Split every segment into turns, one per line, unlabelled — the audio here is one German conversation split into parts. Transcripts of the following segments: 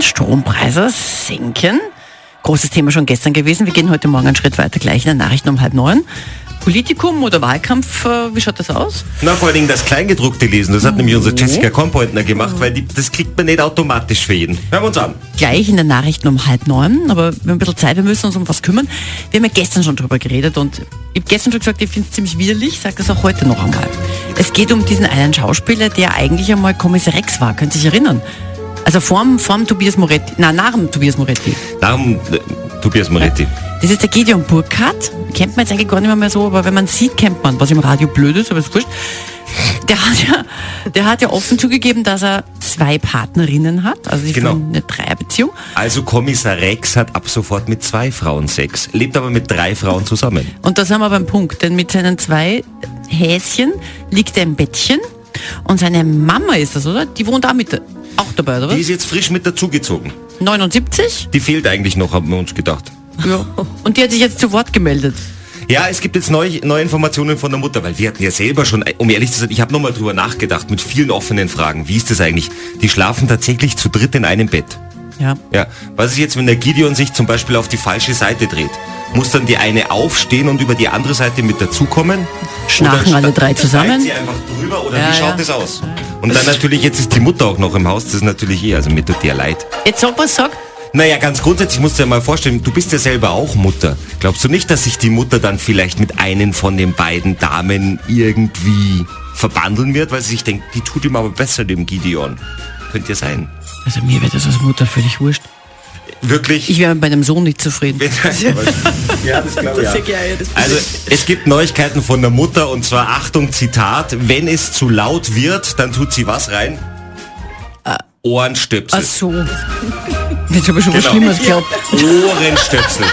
Strompreise sinken. Großes Thema schon gestern gewesen. Wir gehen heute Morgen einen Schritt weiter, gleich in der Nachrichten um halb neun. Politikum oder Wahlkampf, äh, wie schaut das aus?
Na, vor allen Dingen das Kleingedruckte lesen, das hat nämlich unsere Jessica Kompointner gemacht, weil die, das kriegt man nicht automatisch für jeden. Hören wir uns an.
Gleich in den Nachrichten um halb neun, aber wir haben ein bisschen Zeit, wir müssen uns um was kümmern. Wir haben ja gestern schon drüber geredet und ich habe gestern schon gesagt, ich finde es ziemlich widerlich, ich sage das auch heute noch einmal. Es geht um diesen einen Schauspieler, der eigentlich einmal Kommissar Rex war, könnt ihr sich erinnern? Also vorm, vorm Tobias Moretti, na, nach dem Tobias Moretti.
Darum äh, Tobias Moretti.
Das ist der Gideon Burkhardt. Kennt man jetzt eigentlich gar nicht mehr, mehr so, aber wenn man sieht, kennt man, was im Radio blöd ist, aber ist wurscht. Der hat ja, der hat ja offen zugegeben, dass er zwei Partnerinnen hat, also die
Genau.
führen eine Dreierbeziehung.
Also Kommissar Rex hat ab sofort mit zwei Frauen Sex, lebt aber mit drei Frauen zusammen.
Und da sind wir beim Punkt, denn mit seinen zwei Häschen liegt er im Bettchen und seine Mama ist das, oder? Die wohnt auch mit, auch dabei, oder was?
Die ist jetzt frisch mit dazugezogen.
79?
Die fehlt eigentlich noch, haben wir uns gedacht.
Ja. Und die hat sich jetzt zu Wort gemeldet.
Ja, es gibt jetzt neue, neue Informationen von der Mutter, weil wir hatten ja selber schon, um ehrlich zu sein, ich habe nochmal drüber nachgedacht mit vielen offenen Fragen. Wie ist das eigentlich? Die schlafen tatsächlich zu dritt in einem Bett.
Ja.
Ja, was ist jetzt, wenn der Gideon sich zum Beispiel auf die falsche Seite dreht? Muss dann die eine aufstehen und über die andere Seite mit dazukommen?
Schnarchen
Oder sta-
alle drei zusammen?
steigt sie einfach drüber oder
Ja,
wie schaut
ja.
das aus? Und dann natürlich, jetzt ist die Mutter auch noch im Haus, das ist natürlich eh, also mir tut dir leid.
Jetzt sag was sagt.
Naja, ganz grundsätzlich musst du dir mal vorstellen, du bist ja selber auch Mutter. Glaubst du nicht, dass sich die Mutter dann vielleicht mit einen von den beiden Damen irgendwie verbandeln wird, weil sie sich denkt, die tut ihm aber besser, dem Gideon? Könnte ja sein.
Also mir wäre das als Mutter völlig wurscht.
Wirklich?
Ich wäre mit meinem Sohn nicht zufrieden.
ja, das glaube ich.
Das
ja.
ist ja geil, das
Also es gibt Neuigkeiten von der Mutter und zwar Achtung Zitat, wenn es zu laut wird, dann tut sie was rein? Äh, Ohrenstöpsel.
Ach so. Jetzt habe ich schon was
Genau.
Schlimmes gehabt.
Ohrenstöpsel.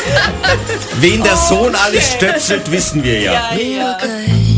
Wen der Sohn alles stöpselt, wissen wir ja.
Real good.